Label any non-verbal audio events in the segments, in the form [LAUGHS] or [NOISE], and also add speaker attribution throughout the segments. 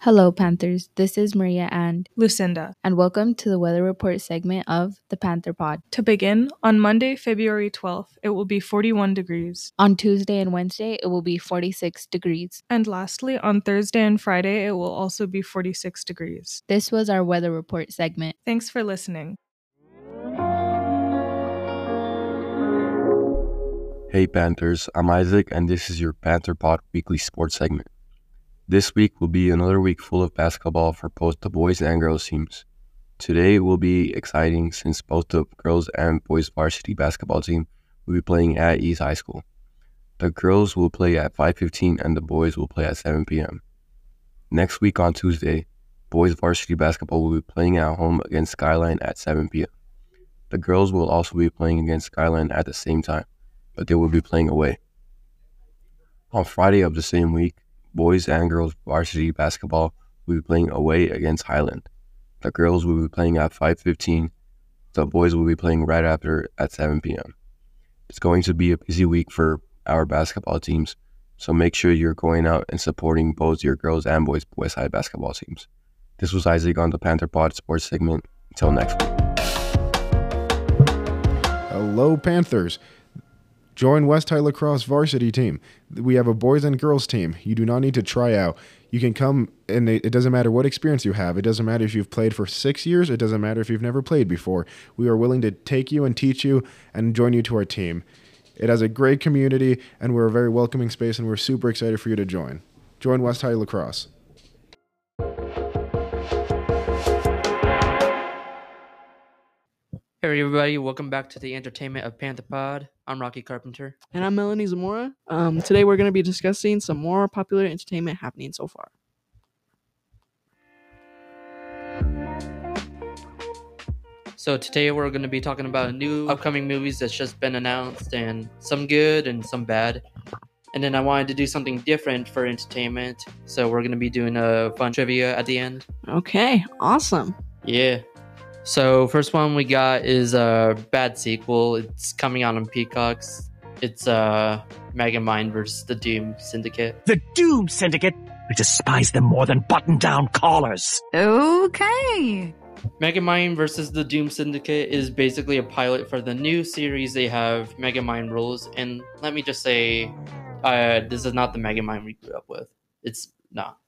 Speaker 1: Hello, Panthers. This is Maria and
Speaker 2: Lucinda.
Speaker 1: and welcome to the weather report segment of the Panther Pod.
Speaker 2: To begin, on Monday, February 12th, it will be 41 degrees.
Speaker 1: On Tuesday and Wednesday, it will be 46 degrees.
Speaker 2: And lastly, on Thursday and Friday, it will also be 46 degrees.
Speaker 1: This was our weather report segment.
Speaker 2: Thanks for listening.
Speaker 3: Hey Panthers, I'm Isaac and this is your Panther Pod weekly sports segment. This week will be another week full of basketball for both the boys and girls teams. Today will be exciting since both the girls and boys varsity basketball team will be playing at East High School. The girls will play at 5:15 and the boys will play at 7 p.m. Next week on Tuesday, boys varsity basketball will be playing at home against Skyline at 7 p.m. The girls will also be playing against Skyline at the same time but they will be playing away. On Friday of the same week, boys and girls varsity basketball will be playing away against Highland. The girls will be playing at 5:15. The boys will be playing right after at 7 p.m. It's going to be a busy week for our basketball teams, so make sure you're going out and supporting both your girls and boys boys side basketball teams. This was Isaac on the Panther Pod Sports segment. Until next week.
Speaker 4: Hello, Panthers. Join West High Lacrosse varsity team. We have a boys and girls team. You do not need to try out. You can come, and it it doesn't matter what experience you have. It doesn't matter if you've played for six years. It doesn't matter if you've never played before. We are willing to take you and teach you and join you to our team. It has a great community, and we're a very welcoming space, and we're super excited for you to join. Join West High Lacrosse.
Speaker 5: Hey everybody, welcome back to the entertainment of Panther Pod. I'm Rocky Carpenter.
Speaker 6: And I'm Melanie Zamora. Um, today we're going to be discussing some more popular entertainment happening so far.
Speaker 5: So today we're going to be talking about new upcoming movies that's just been announced and some good and some bad. And then I wanted to do something different for entertainment, so we're going to be doing a fun trivia at the end.
Speaker 6: Okay, awesome.
Speaker 5: Yeah. So first one we got is a bad sequel. It's coming out on Peacocks. It's uh Mega Mind versus the Doom Syndicate.
Speaker 7: The Doom Syndicate. I despise them more than button down collars.
Speaker 8: Okay.
Speaker 5: Megamind versus the Doom Syndicate is basically a pilot for the new series they have, Megamind Rules. And let me just say, uh, this is not the Megamind we grew up with. It's not.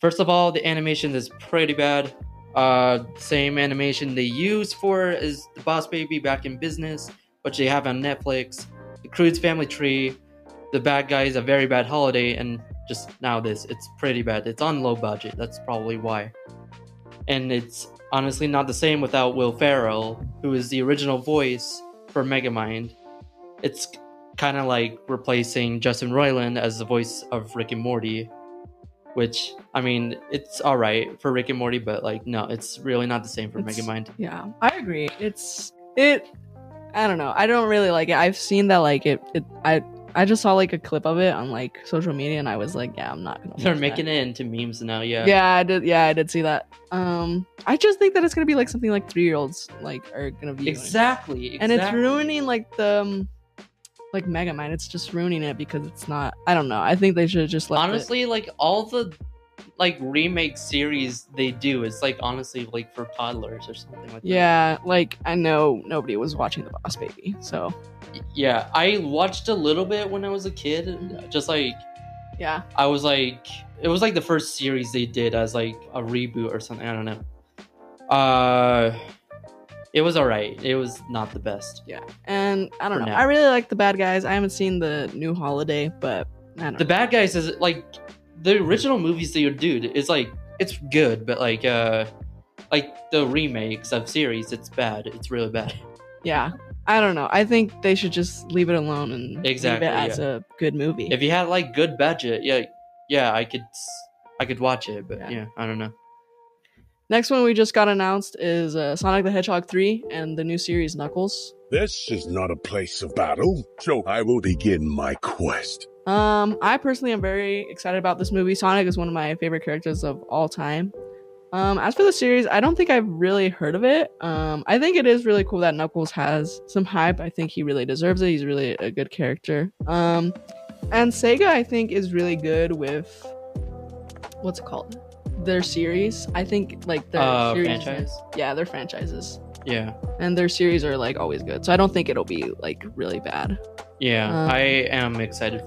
Speaker 5: First of all, the animation is pretty bad. Uh, same animation they used for is the Boss Baby back in business, which they have on Netflix. The Crude's Family Tree, the bad guy is a very bad holiday, and just now this. It's pretty bad. It's on low budget. That's probably why and it's honestly not the same without Will Ferrell, who is the original voice for Megamind. It's kind of like replacing Justin Roiland as the voice of Rick and Morty, which I mean, it's all right for Rick and Morty, but like, no, it's really not the same for
Speaker 6: It's-
Speaker 5: Megamind.
Speaker 6: Yeah, I agree. It's it. I don't know. I don't really like it. I've seen that like it. it I I just saw like a clip of it on like social media, and I was like, yeah, I'm not. Gonna
Speaker 5: They're
Speaker 6: watch
Speaker 5: making
Speaker 6: that.
Speaker 5: it into memes now, yeah.
Speaker 6: Yeah. I did. Yeah, I did see that. Um, I just think that it's gonna be like something like three year olds like are gonna be
Speaker 5: Exactly,
Speaker 6: and it's
Speaker 5: exactly.
Speaker 6: ruining like the um, like Mega Mind. It's just ruining it because it's not. I don't know. I think they should have just left it.
Speaker 5: honestly like all the like remake series they do it's like honestly like for toddlers or something like that.
Speaker 6: Yeah, like I know nobody was watching The Boss Baby, so
Speaker 5: Yeah, I watched a little bit when I was a kid. and Just like
Speaker 6: yeah.
Speaker 5: I was like, it was like the first series they did as like a reboot or something. I don't know. Uh, it was alright. It was not the best.
Speaker 6: And I don't
Speaker 5: For
Speaker 6: know.
Speaker 5: now.
Speaker 6: I really like the bad guys. I haven't seen the new Holiday, but I don't.
Speaker 5: The bad guys is like the original movies they would do is like it's good, but like uh, like the remakes of series, it's bad. It's really bad. [LAUGHS]
Speaker 6: yeah, I don't know. I think they should just leave it alone and
Speaker 5: Exactly,
Speaker 6: leave it as a good movie.
Speaker 5: If you had like good budget, yeah, yeah, I could, I could watch it. But
Speaker 6: Yeah.
Speaker 5: yeah I don't know.
Speaker 6: Next one we just got announced is uh, Sonic the Hedgehog three and the new series Knuckles.
Speaker 9: This is not a place of battle, so I will begin my quest.
Speaker 6: Um, I personally am very excited about this movie. Sonic is one of my favorite characters of all time. Um, as for the series, I don't think I've really heard of it. Um, I think it is really cool that Knuckles has some hype. I think he really deserves it. He's really a good character. Um, and Sega, I think, is really good with what's it called? Their series. I think like their
Speaker 5: Uh,
Speaker 6: series,
Speaker 5: franchise?
Speaker 6: Yeah, their franchises.
Speaker 5: Yeah.
Speaker 6: And their series are like always good. So I don't think it'll be like really bad.
Speaker 5: Yeah,
Speaker 6: Um,
Speaker 5: I am excited.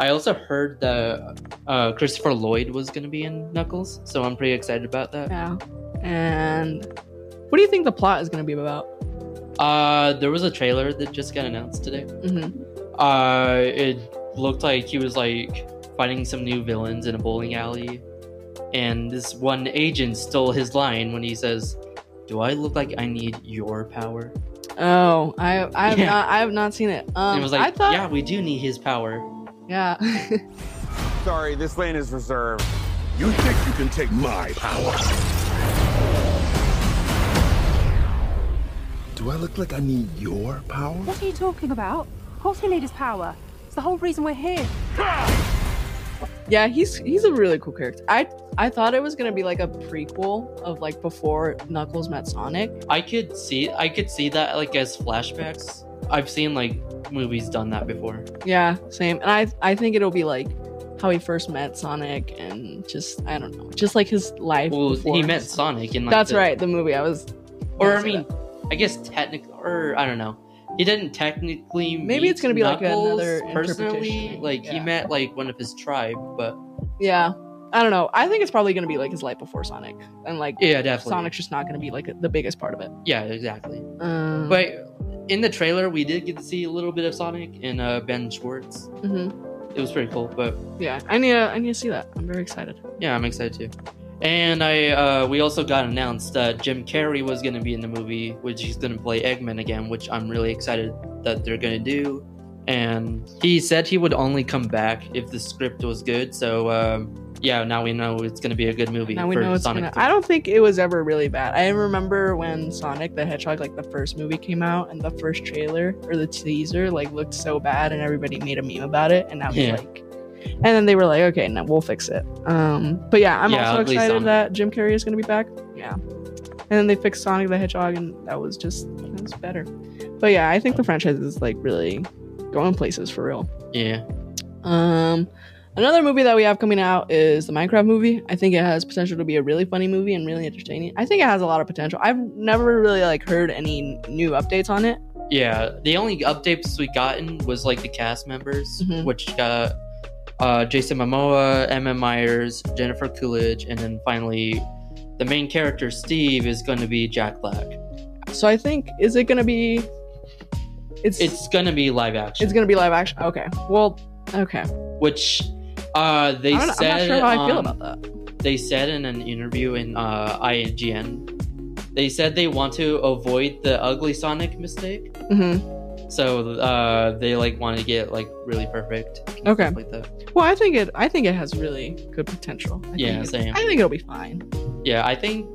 Speaker 5: I also heard that uh, Christopher Lloyd was going to be in Knuckles, so I'm pretty excited about that.
Speaker 6: Yeah. And what do you think the plot is going to be about?
Speaker 5: Uh, there was a trailer that just got announced today.
Speaker 6: Mm-hmm.
Speaker 5: Uh, it looked like he was like fighting some new villains in a bowling alley, and this one agent stole his line when he says, "Do I look like I need your power?"
Speaker 6: Oh, I I have
Speaker 5: Yeah.
Speaker 6: not I have not seen it. Um,
Speaker 5: and it was
Speaker 6: I
Speaker 5: like,
Speaker 6: thought
Speaker 5: "Yeah, we do need his power."
Speaker 6: yeah. [LAUGHS]
Speaker 10: Sorry, this lane is reserved.
Speaker 9: You think you can take my power? Do I look like I need your power?
Speaker 8: What are you talking about? What we need is power. It's the whole reason we're here.
Speaker 6: yeah, he's he's a really cool character. I I thought it was going to be like a prequel of like before Knuckles met Sonic.
Speaker 5: I could see, I could see that like as flashbacks. I've seen like movies done that before.
Speaker 6: Yeah, same. And I I think it'll be like how he first met Sonic and just I don't know, just like his life.
Speaker 5: Well,
Speaker 6: before.
Speaker 5: he met Sonic in like
Speaker 6: That's
Speaker 5: the-
Speaker 6: right, the movie. I was.
Speaker 5: Or
Speaker 6: gonna
Speaker 5: I
Speaker 6: say
Speaker 5: mean,
Speaker 6: that.
Speaker 5: I guess technically, or I don't know. He didn't technically.
Speaker 6: Maybe
Speaker 5: meet
Speaker 6: it's gonna be, like,
Speaker 5: Knuckles
Speaker 6: another
Speaker 5: personally.
Speaker 6: interpretation.
Speaker 5: Like he
Speaker 6: Yeah.
Speaker 5: met like one of his tribe, but
Speaker 6: yeah, I don't know. I think it's probably gonna be like his life before Sonic, and like
Speaker 5: yeah, definitely.
Speaker 6: Sonic's just not gonna be like the biggest part of it.
Speaker 5: Yeah, exactly.
Speaker 6: Um,
Speaker 5: But in the trailer, we did get to see a little bit of Sonic and uh, Ben Schwartz.
Speaker 6: mhm.
Speaker 5: It was pretty cool, but
Speaker 6: yeah, I need to I need to see that. I'm very excited.
Speaker 5: yeah, I'm excited too. And I, uh, we also got announced that Jim Carrey was going to be in the movie, which he's going to play Eggman again, which I'm really excited that they're going to do. And he said he would only come back if the script was good. So um, yeah, now we know it's going to be a good movie.
Speaker 6: Now we
Speaker 5: for
Speaker 6: know it's
Speaker 5: Sonic
Speaker 6: gonna.
Speaker 5: 3.
Speaker 6: I don't think it was ever really bad. I remember when Sonic the Hedgehog, like the first movie came out, and the first trailer or the teaser, like looked so bad, and everybody made a meme about it, and that was
Speaker 5: Yeah.
Speaker 6: like. And then they were like, "Okay, now we'll fix it." Um, but yeah, I'm
Speaker 5: Yeah,
Speaker 6: also
Speaker 5: ugly
Speaker 6: excited
Speaker 5: Sonic.
Speaker 6: that Jim Carrey is gonna be back. Yeah, and then they fixed Sonic the Hedgehog, and that was just that was better. But yeah, I think the franchise is like really going places for real.
Speaker 5: Yeah,
Speaker 6: Um, another movie that we have coming out is the Minecraft movie. I think it has potential to be a really funny movie and really entertaining. I think it has a lot of potential. I've never really like heard any new updates on it.
Speaker 5: yeah. The only updates we gotten was like the cast members,
Speaker 6: Mhm.
Speaker 5: which got uh, Jason Momoa, Emma Myers, Jennifer Coolidge, and then finally. The main character Steve is going to be Jack Black.
Speaker 6: So I think is it gonna be? It's it's,
Speaker 5: It's gonna be live action.
Speaker 6: gonna be live action. Okay. Well. Okay.
Speaker 5: which uh, they
Speaker 6: I don't, I'm
Speaker 5: said
Speaker 6: not sure how I feel
Speaker 5: um,
Speaker 6: about that.
Speaker 5: they said in an interview in uh, IGN they said they want to avoid the ugly Sonic mistake
Speaker 6: hmm
Speaker 5: so uh, they like want to get like really perfect and
Speaker 6: Okay.
Speaker 5: stuff like that
Speaker 6: Well, I think it. I think it has really good potential. I
Speaker 5: Yeah,
Speaker 6: Think it-
Speaker 5: same.
Speaker 6: I think it'll be fine.
Speaker 5: yeah I think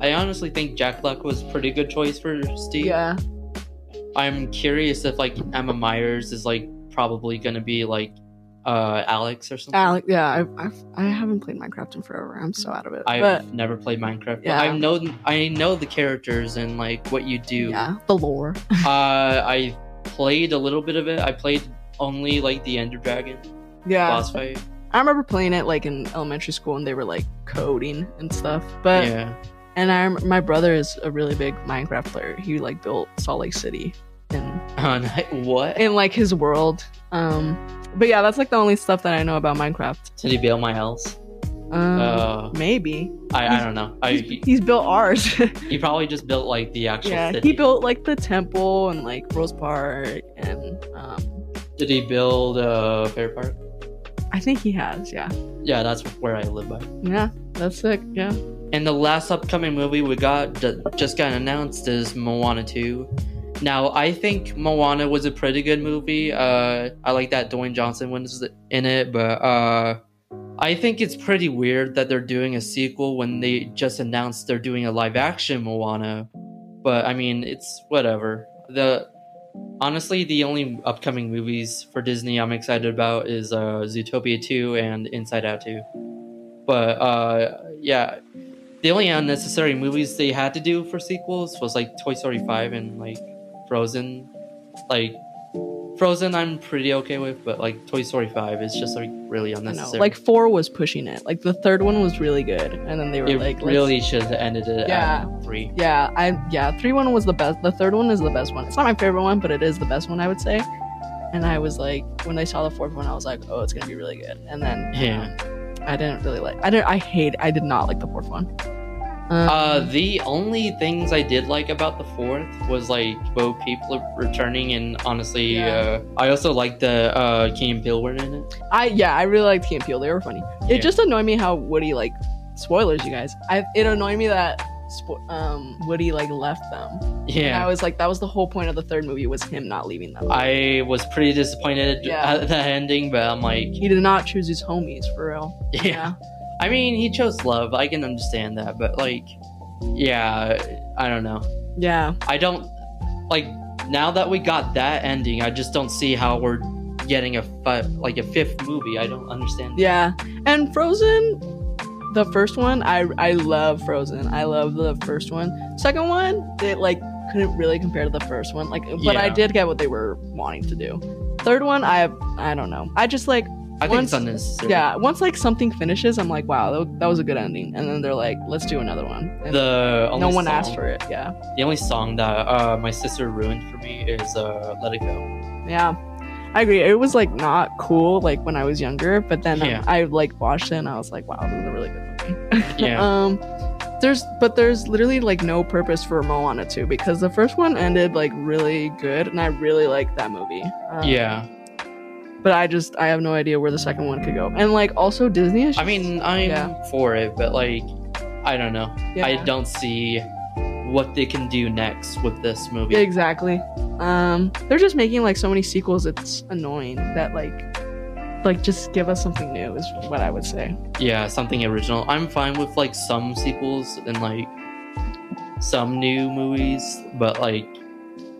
Speaker 5: I honestly think Jack Black was a pretty good choice for Steve
Speaker 6: Yeah.
Speaker 5: I'm curious if like Emma Myers is like probably gonna be like uh, Alex or something
Speaker 6: Alec. Yeah. I, I. I haven't played Minecraft in forever. I'm so out of it.
Speaker 5: I've
Speaker 6: but
Speaker 5: never played Minecraft. but
Speaker 6: Yeah.
Speaker 5: I know I know the characters and like what you do.
Speaker 6: yeah, the lore.
Speaker 5: Uh, I played a little bit of it. I played only like the Ender Dragon
Speaker 6: Yeah.
Speaker 5: boss fight.
Speaker 6: I remember playing it like in elementary school and they were like coding and stuff. But
Speaker 5: yeah, [LAUGHS]
Speaker 6: and I rem- my brother is a really big Minecraft player. He like built Salt Lake City and
Speaker 5: And I- what?
Speaker 6: in like his world. Um but yeah, that's like the only stuff that I know about Minecraft.
Speaker 5: Did he build my house?
Speaker 6: Um
Speaker 5: Uh,
Speaker 6: maybe.
Speaker 5: I, I don't know. I,
Speaker 6: he's,
Speaker 5: he,
Speaker 6: he's built ours. [LAUGHS]
Speaker 5: he probably just built like the actual
Speaker 6: yeah,
Speaker 5: city.
Speaker 6: he built like the temple and like Rose Park and um
Speaker 5: Did he build uh, Fair Park?
Speaker 6: I think he has, yeah.
Speaker 5: Yeah, that's where I live by.
Speaker 6: Yeah, that's sick. Yeah.
Speaker 5: And the last upcoming movie we got that just got announced is Moana 2. Now, I think Moana was a pretty good movie. Uh, I like that Dwayne Johnson was in it, but uh, I think it's pretty weird that they're doing a sequel when they just announced they're doing a live action Moana. But I mean, it's whatever. The honestly, the only upcoming movies for Disney I'm excited about is uh, Zootopia 2 and Inside Out 2. But uh, yeah, the only unnecessary movies they had to do for sequels was like Toy Story 5 and like Frozen. Like Frozen, I'm pretty okay with, but like Toy Story 5 is just like really
Speaker 6: I know.
Speaker 5: unnecessary.
Speaker 6: Like four was pushing it. Like the third one was really good, and then they were
Speaker 5: it
Speaker 6: like, let's-
Speaker 5: really should have ended it
Speaker 6: Yeah.
Speaker 5: at three.
Speaker 6: Yeah, I yeah, three one was the best. The third one is the best one. It's not my favorite one, but it is the best one I would say. And I was like, when I saw the fourth one, I was like, oh, it's gonna be really good. And then um,
Speaker 5: Yeah.
Speaker 6: I didn't really like. I didn't. I hate. I did not like the fourth one. Um,
Speaker 5: Uh, the only things I did like about the fourth was like Bo Peep l- returning, and honestly,
Speaker 6: Yeah.
Speaker 5: uh, I also liked the uh, Key and Peele were in it.
Speaker 6: I yeah, I really liked Key and Peele. They were funny.
Speaker 5: Yeah.
Speaker 6: It just annoyed me how Woody like spoilers, you guys. I it annoyed me that spo- um Woody like left them. And I
Speaker 5: Yeah,
Speaker 6: was like, that was the whole point of the third movie was him not leaving them.
Speaker 5: I was pretty disappointed
Speaker 6: Yeah.
Speaker 5: at the ending, but I'm like,
Speaker 6: he did not choose his homies for real.
Speaker 5: yeah. I mean, he chose love. I can understand that, but like, yeah, I don't know.
Speaker 6: Yeah.
Speaker 5: I don't like now that we got that ending. I just don't see how we're getting a fi- like a fifth movie. I don't understand.
Speaker 6: Yeah. And Frozen, the first one, I I love Frozen. I love the first one. Second one, it like couldn't really compare to the first one. Like but I
Speaker 5: Yeah.
Speaker 6: did get what they were wanting to do. Third one, I I don't know. I just like
Speaker 5: I think
Speaker 6: Once-
Speaker 5: it's unnecessary.
Speaker 6: yeah, once like something finishes, I'm like, wow, that, that was a good ending. And then they're like, let's do another one. And
Speaker 5: The only
Speaker 6: no one
Speaker 5: song-
Speaker 6: asked for it. Yeah.
Speaker 5: The only song that uh, my sister ruined for me is uh, "Let It
Speaker 6: [LAUGHS]
Speaker 5: Go."
Speaker 6: Yeah. I agree. It was like not cool like when I was younger, but then um,
Speaker 5: Yeah.
Speaker 6: I like watched it and I was like, wow, this is a really good movie.
Speaker 5: Yeah.
Speaker 6: um there's but there's literally like no purpose for Moana 2 because the first one ended like really good and I really liked that movie. Um,
Speaker 5: yeah,
Speaker 6: But I just I have no idea where the second one could go. And like also Disney is
Speaker 5: I mean, I'm
Speaker 6: Yeah.
Speaker 5: for it, but like, I don't know.
Speaker 6: Yeah.
Speaker 5: I don't see what they can do next with this movie.
Speaker 6: Exactly. Um, they're just making like so many sequels. It's annoying that like, like just give us something new is what I would say.
Speaker 5: Yeah, something original. I'm fine with like some sequels and like some new movies, but like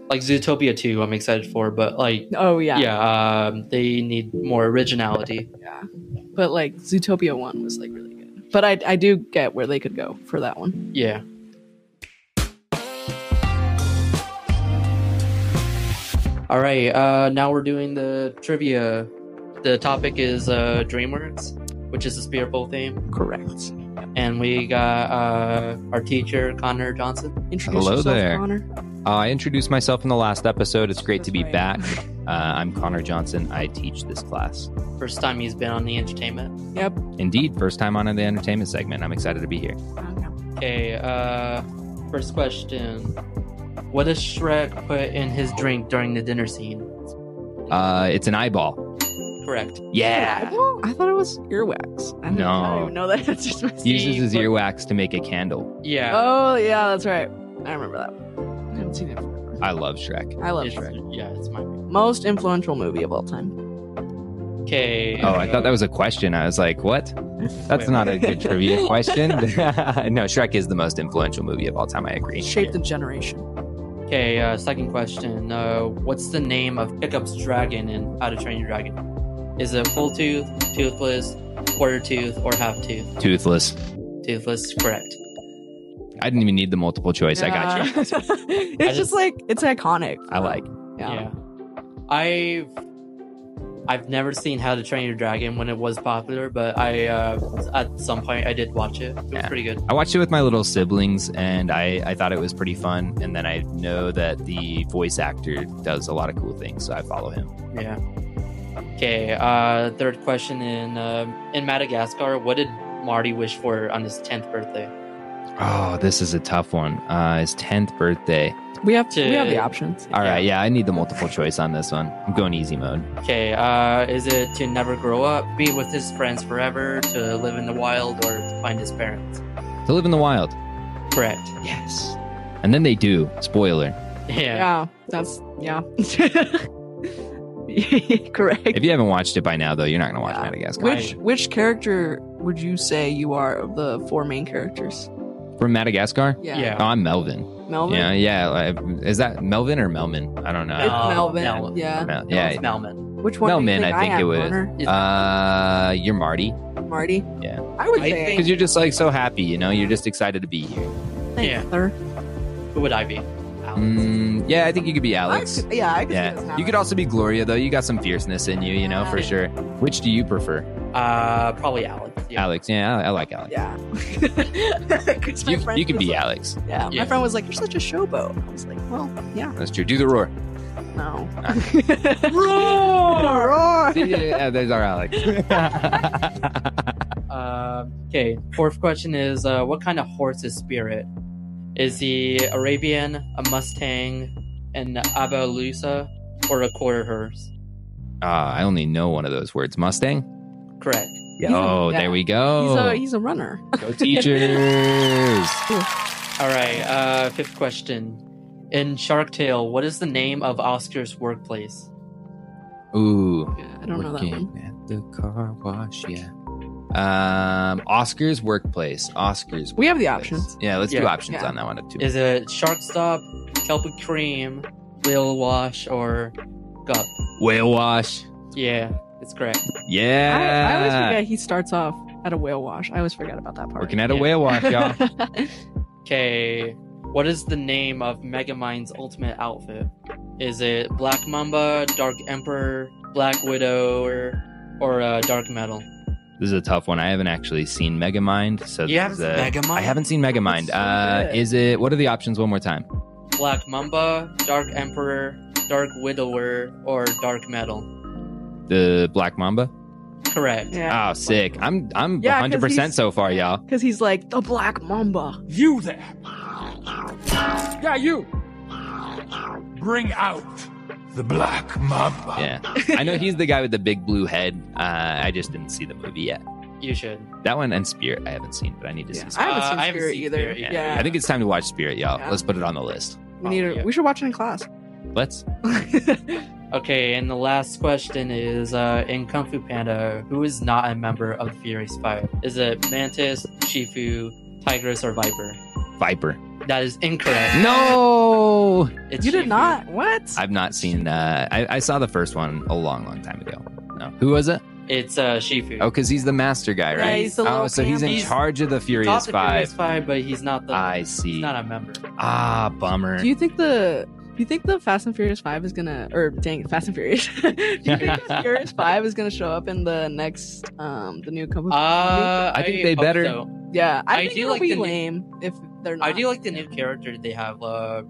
Speaker 5: like Zootopia 2 I'm excited for, but like
Speaker 6: Oh
Speaker 5: yeah,
Speaker 6: yeah.
Speaker 5: um, they need more originality.
Speaker 6: Yeah. But like Zootopia one was like really good. But I I do get where they could go for that one.
Speaker 5: Yeah. All right, uh now we're doing the trivia. The topic is uh Dreamworks, which is a spiritual theme,
Speaker 6: Correct.
Speaker 5: and we got uh our teacher Connor Johnson.
Speaker 6: Introduce
Speaker 11: Hello
Speaker 6: yourself,
Speaker 11: there. Uh,
Speaker 6: Connor.
Speaker 11: I introduced myself in the last episode. It's great to be
Speaker 6: That's
Speaker 11: back.
Speaker 6: right.
Speaker 11: Uh, I'm Connor Johnson. I teach this class.
Speaker 5: First time he's been on the entertainment.
Speaker 6: Yep.
Speaker 11: Indeed, first time on the entertainment segment. I'm excited to be here.
Speaker 5: Okay, uh, first question. What does Shrek put in his drink during the dinner scene?
Speaker 11: Uh, it's an eyeball.
Speaker 5: Correct.
Speaker 11: Yeah.
Speaker 6: I thought it was earwax. I don't,
Speaker 11: No.
Speaker 6: I don't even know that. [LAUGHS] It's just my
Speaker 11: He uses his
Speaker 6: but-
Speaker 11: earwax to make a candle.
Speaker 5: Yeah.
Speaker 6: Oh yeah, that's right. I remember that. One. I haven't seen it. Before.
Speaker 11: I love Shrek.
Speaker 6: I love
Speaker 5: It's-
Speaker 6: Shrek.
Speaker 5: Yeah, it's my
Speaker 6: Most influential movie of all time.
Speaker 5: Okay.
Speaker 11: Oh, I thought that was a question. I was like, what? That's
Speaker 5: Wait,
Speaker 11: not a
Speaker 6: [LAUGHS]
Speaker 11: good trivia question. [LAUGHS] no, Shrek is the most influential movie of all time. I agree.
Speaker 6: Shaped the generation.
Speaker 5: Okay, uh, second question. Uh, what's the name of Hiccup's dragon in How to Train Your Dragon? Is it full tooth, toothless, quarter tooth, or half tooth?
Speaker 11: Toothless.
Speaker 5: Toothless, correct.
Speaker 11: I didn't even need the multiple choice. I got
Speaker 6: Yeah.
Speaker 11: you.
Speaker 6: [LAUGHS] it's
Speaker 5: I
Speaker 6: just,
Speaker 5: just-
Speaker 6: like it's iconic.
Speaker 11: I like.
Speaker 6: Yeah.
Speaker 5: I've I've never seen How to Train Your Dragon when it was popular, but I uh, at some point I did watch it. It was
Speaker 11: Yeah.
Speaker 5: pretty good.
Speaker 11: I watched it with my little siblings and I, I thought it was pretty fun. And then I know that the voice actor does a lot of cool things, so I follow him.
Speaker 5: Yeah. Okay. Uh, third question in um in Madagascar, what did Marty wish for on his tenth birthday?
Speaker 11: Oh, this is a tough one. Uh, his 10th birthday.
Speaker 6: We have
Speaker 5: To-
Speaker 6: we have the options.
Speaker 11: All right, yeah, I need the multiple choice on this one. I'm going easy mode.
Speaker 5: Okay. Uh, is it to never grow up, be with his friends forever, to live in the wild, or to find his parents?
Speaker 11: To live in the wild.
Speaker 5: Correct.
Speaker 11: Yes. And then they do. Spoiler.
Speaker 5: Yeah.
Speaker 6: Yeah, that's yeah. [LAUGHS] Correct.
Speaker 11: If you haven't watched it by now, though, you're not going to watch
Speaker 6: Yeah.
Speaker 11: Madagascar.
Speaker 6: Which which character would you say you are of the four main characters?
Speaker 11: From Madagascar?
Speaker 6: Yeah.
Speaker 11: Oh, I'm Melvin.
Speaker 6: Melvin.
Speaker 11: Yeah, yeah. like, Is that Melvin or Melman? I don't know.
Speaker 6: It's Melvin.
Speaker 5: Mel-
Speaker 6: Yeah.
Speaker 11: Mel-
Speaker 5: No,
Speaker 11: yeah.
Speaker 5: it's Melman.
Speaker 6: Which one? do you
Speaker 11: Melman,
Speaker 6: think
Speaker 11: I think
Speaker 6: am,
Speaker 11: it was.
Speaker 6: Connor?
Speaker 5: It's-
Speaker 11: Uh, you're Marty.
Speaker 6: Marty.
Speaker 11: Yeah.
Speaker 6: I would
Speaker 5: I
Speaker 6: say
Speaker 11: Because you're just like so happy, you know? You're just excited to be here.
Speaker 6: thanks,
Speaker 5: yeah.
Speaker 6: sir.
Speaker 5: Who would I be?
Speaker 11: Mm, yeah, I think you could be Alex.
Speaker 12: I could- yeah, I could see
Speaker 11: yeah.
Speaker 12: it as
Speaker 11: You
Speaker 12: Alex.
Speaker 11: could also be Gloria though. You got some fierceness in you, you know, for sure. Which do you prefer?
Speaker 5: Uh, probably Alex.
Speaker 11: Alex. Yeah, I, I like Alex.
Speaker 12: Yeah.
Speaker 6: [LAUGHS]
Speaker 11: You, you could be Alex.
Speaker 12: Yeah, my friend was like, "You're such a showboat." I was like, "Well, yeah,
Speaker 11: That's true. Do the roar.
Speaker 6: [LAUGHS]
Speaker 12: no."
Speaker 5: Roar!
Speaker 12: Roar!
Speaker 11: See, yeah, yeah, there's our Alex.
Speaker 5: Um, Okay, fourth question is uh, what kind of horse is Spirit? Is he Arabian, a Mustang, an Abalusa, or a quarter horse?
Speaker 11: Ah, I only know one of those words. Mustang.
Speaker 5: Correct.
Speaker 11: Yeah. Oh, there we go.
Speaker 6: He's a, he's a runner.
Speaker 11: go teachers.
Speaker 5: All right, uh, fifth question. In Shark Tale, what is the name of Oscar's workplace?
Speaker 11: Ooh.
Speaker 6: I don't know that
Speaker 11: working At the car wash. Yeah. Um, Oscar's workplace. Oscar's.
Speaker 6: We have the options.
Speaker 11: Yeah, let's do
Speaker 5: Yeah.
Speaker 11: options
Speaker 6: Yeah.
Speaker 11: on that one too.
Speaker 5: Is it Shark Stop, Kelpie Cream, Whale Wash, or Gup?
Speaker 11: Whale wash.
Speaker 5: Yeah, it's correct.
Speaker 11: Yeah.
Speaker 6: I, I always forget he starts off at a whale wash. I always forget about that part.
Speaker 11: Working at a whale wash, y'all.
Speaker 6: [LAUGHS]
Speaker 5: Okay, what is the name of Megamind's ultimate outfit? Is it Black Mamba, Dark Emperor, Black Widow, or, or uh, Dark Metal?
Speaker 11: This is a tough one. I haven't actually seen Megamind. So
Speaker 5: You
Speaker 11: this
Speaker 5: haven't
Speaker 11: is
Speaker 5: seen
Speaker 11: a-
Speaker 5: Megamind?
Speaker 11: I haven't seen Megamind. uh,
Speaker 5: good.
Speaker 11: is it? What are the options? One more time.
Speaker 5: Black Mamba, Dark Emperor, Dark Widower, or Dark Metal?
Speaker 11: The Black Mamba.
Speaker 5: Correct.
Speaker 11: Oh, sick. I'm I'm
Speaker 6: Yeah, 'cause
Speaker 11: 100 percent
Speaker 6: he's-
Speaker 11: so
Speaker 6: [LAUGHS]
Speaker 11: far, y'all.
Speaker 6: Because he's like the Black Mamba.
Speaker 10: You there!
Speaker 6: Yeah, you.
Speaker 10: Bring out the Black Mamba.
Speaker 11: Yeah, I
Speaker 6: [LAUGHS]
Speaker 11: know he's the guy with the big blue head. Uh, I just didn't see the movie yet.
Speaker 5: You should.
Speaker 11: That one and Spirit I haven't seen, but I need to see.
Speaker 6: I
Speaker 11: Spirit.
Speaker 6: haven't
Speaker 5: Uh,
Speaker 6: seen
Speaker 5: I haven't
Speaker 6: Spirit
Speaker 5: seen
Speaker 6: either.
Speaker 5: Spirit
Speaker 6: yeah.
Speaker 5: either.
Speaker 11: I think it's time to watch Spirit, y'all.
Speaker 6: Yeah.
Speaker 11: Let's put it on the list.
Speaker 6: we need.
Speaker 5: Oh,
Speaker 6: A,
Speaker 5: yeah.
Speaker 6: We should watch it in class. [LAUGHS]
Speaker 11: Let's.
Speaker 5: Okay, and the last question is uh, in Kung Fu Panda, who is not a member of the Furious Five? Is it Mantis, Shifu, Tigress, or Viper?
Speaker 11: Viper.
Speaker 5: That is incorrect.
Speaker 11: No,
Speaker 5: It's
Speaker 6: you did
Speaker 5: Shifu.
Speaker 6: not. What?
Speaker 11: I've not seen. Uh, I, I saw the first one a long, long time ago. No, who was it?
Speaker 5: It's uh, Shifu.
Speaker 11: Oh, because he's the master guy,
Speaker 6: Yeah,
Speaker 11: right?
Speaker 6: he's the
Speaker 11: oh,
Speaker 6: little
Speaker 11: so he's in
Speaker 5: camp.
Speaker 11: charge of the
Speaker 5: He's
Speaker 11: Furious
Speaker 5: the
Speaker 11: Five.
Speaker 5: Furious Five, but he's not the.
Speaker 11: I
Speaker 5: He's
Speaker 11: see.
Speaker 5: not a member.
Speaker 11: ah, bummer.
Speaker 6: Do you think the do you think the Fast and Furious Five is gonna or dang Fast and Furious? [LAUGHS] do you think the
Speaker 11: [LAUGHS]
Speaker 6: Furious Five is gonna show up in the next um the new couple?
Speaker 5: Uh,
Speaker 11: I think they
Speaker 5: hope
Speaker 11: better-
Speaker 5: so.
Speaker 6: yeah, I,
Speaker 5: I
Speaker 6: think
Speaker 5: do
Speaker 6: it'll
Speaker 5: like
Speaker 6: be
Speaker 5: the new-
Speaker 6: lame if they're not.
Speaker 5: I do like the new character they have. Uh,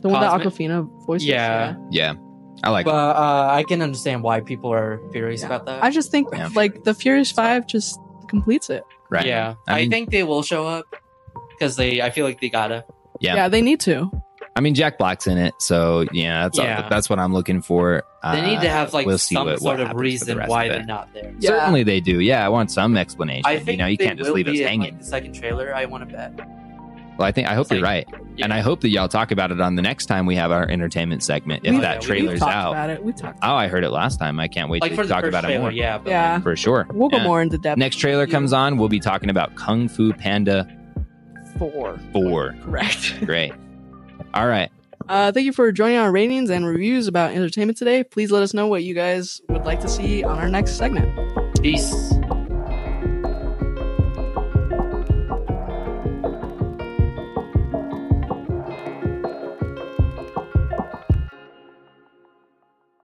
Speaker 6: the one that
Speaker 5: Cosmic-
Speaker 6: Aquafina voices.
Speaker 5: Yeah.
Speaker 11: yeah, I like.
Speaker 5: but uh, I can understand why people are furious
Speaker 6: Yeah.
Speaker 5: about that.
Speaker 6: I just think
Speaker 11: Yeah.
Speaker 6: like the Furious Five just completes it.
Speaker 11: right.
Speaker 5: Yeah,
Speaker 11: I
Speaker 5: I,
Speaker 11: mean-
Speaker 5: think they will show up because they. I feel like they gotta.
Speaker 11: Yeah.
Speaker 6: they need to.
Speaker 11: I mean, Jack Black's in it, so yeah, that's
Speaker 5: Yeah.
Speaker 11: that's what I'm looking for. uh,
Speaker 5: They need to have like
Speaker 11: Ah, we'll see
Speaker 5: some
Speaker 11: what-
Speaker 5: sort
Speaker 11: what happens
Speaker 5: of
Speaker 11: with the
Speaker 5: reason
Speaker 11: rest
Speaker 5: why
Speaker 11: of it.
Speaker 5: they're not there.
Speaker 6: Yeah.
Speaker 11: Certainly, they do. Yeah, I want some explanation.
Speaker 5: I think
Speaker 11: you know, you
Speaker 5: they
Speaker 11: can't just
Speaker 5: will
Speaker 11: leave us
Speaker 5: be in, like,
Speaker 11: hanging.
Speaker 5: the second trailer, I want to bet.
Speaker 11: well, I think I hope
Speaker 5: like-
Speaker 11: you're right, and I hope that y'all talk about it on the next time we have our entertainment segment if
Speaker 5: We've-
Speaker 11: that
Speaker 5: we've
Speaker 11: trailer's
Speaker 6: talked
Speaker 11: out.
Speaker 6: about it. We talked.
Speaker 11: Oh, I heard it last time. I can't wait
Speaker 5: like
Speaker 11: to
Speaker 5: for the
Speaker 11: talk
Speaker 5: first
Speaker 11: about
Speaker 5: trailer,
Speaker 11: it more
Speaker 5: yeah. But
Speaker 6: yeah,
Speaker 11: for sure.
Speaker 6: we'll go
Speaker 11: Yeah.
Speaker 6: more into depth.
Speaker 11: Next trailer
Speaker 6: Yeah.
Speaker 11: comes on. We'll be talking about Kung Fu Panda
Speaker 6: four.
Speaker 11: Four.
Speaker 6: Correct.
Speaker 11: Great. All right.
Speaker 6: Uh, thank you for joining our ratings and reviews about entertainment today. Please let us know what you guys would like to see on our next segment.
Speaker 5: Peace.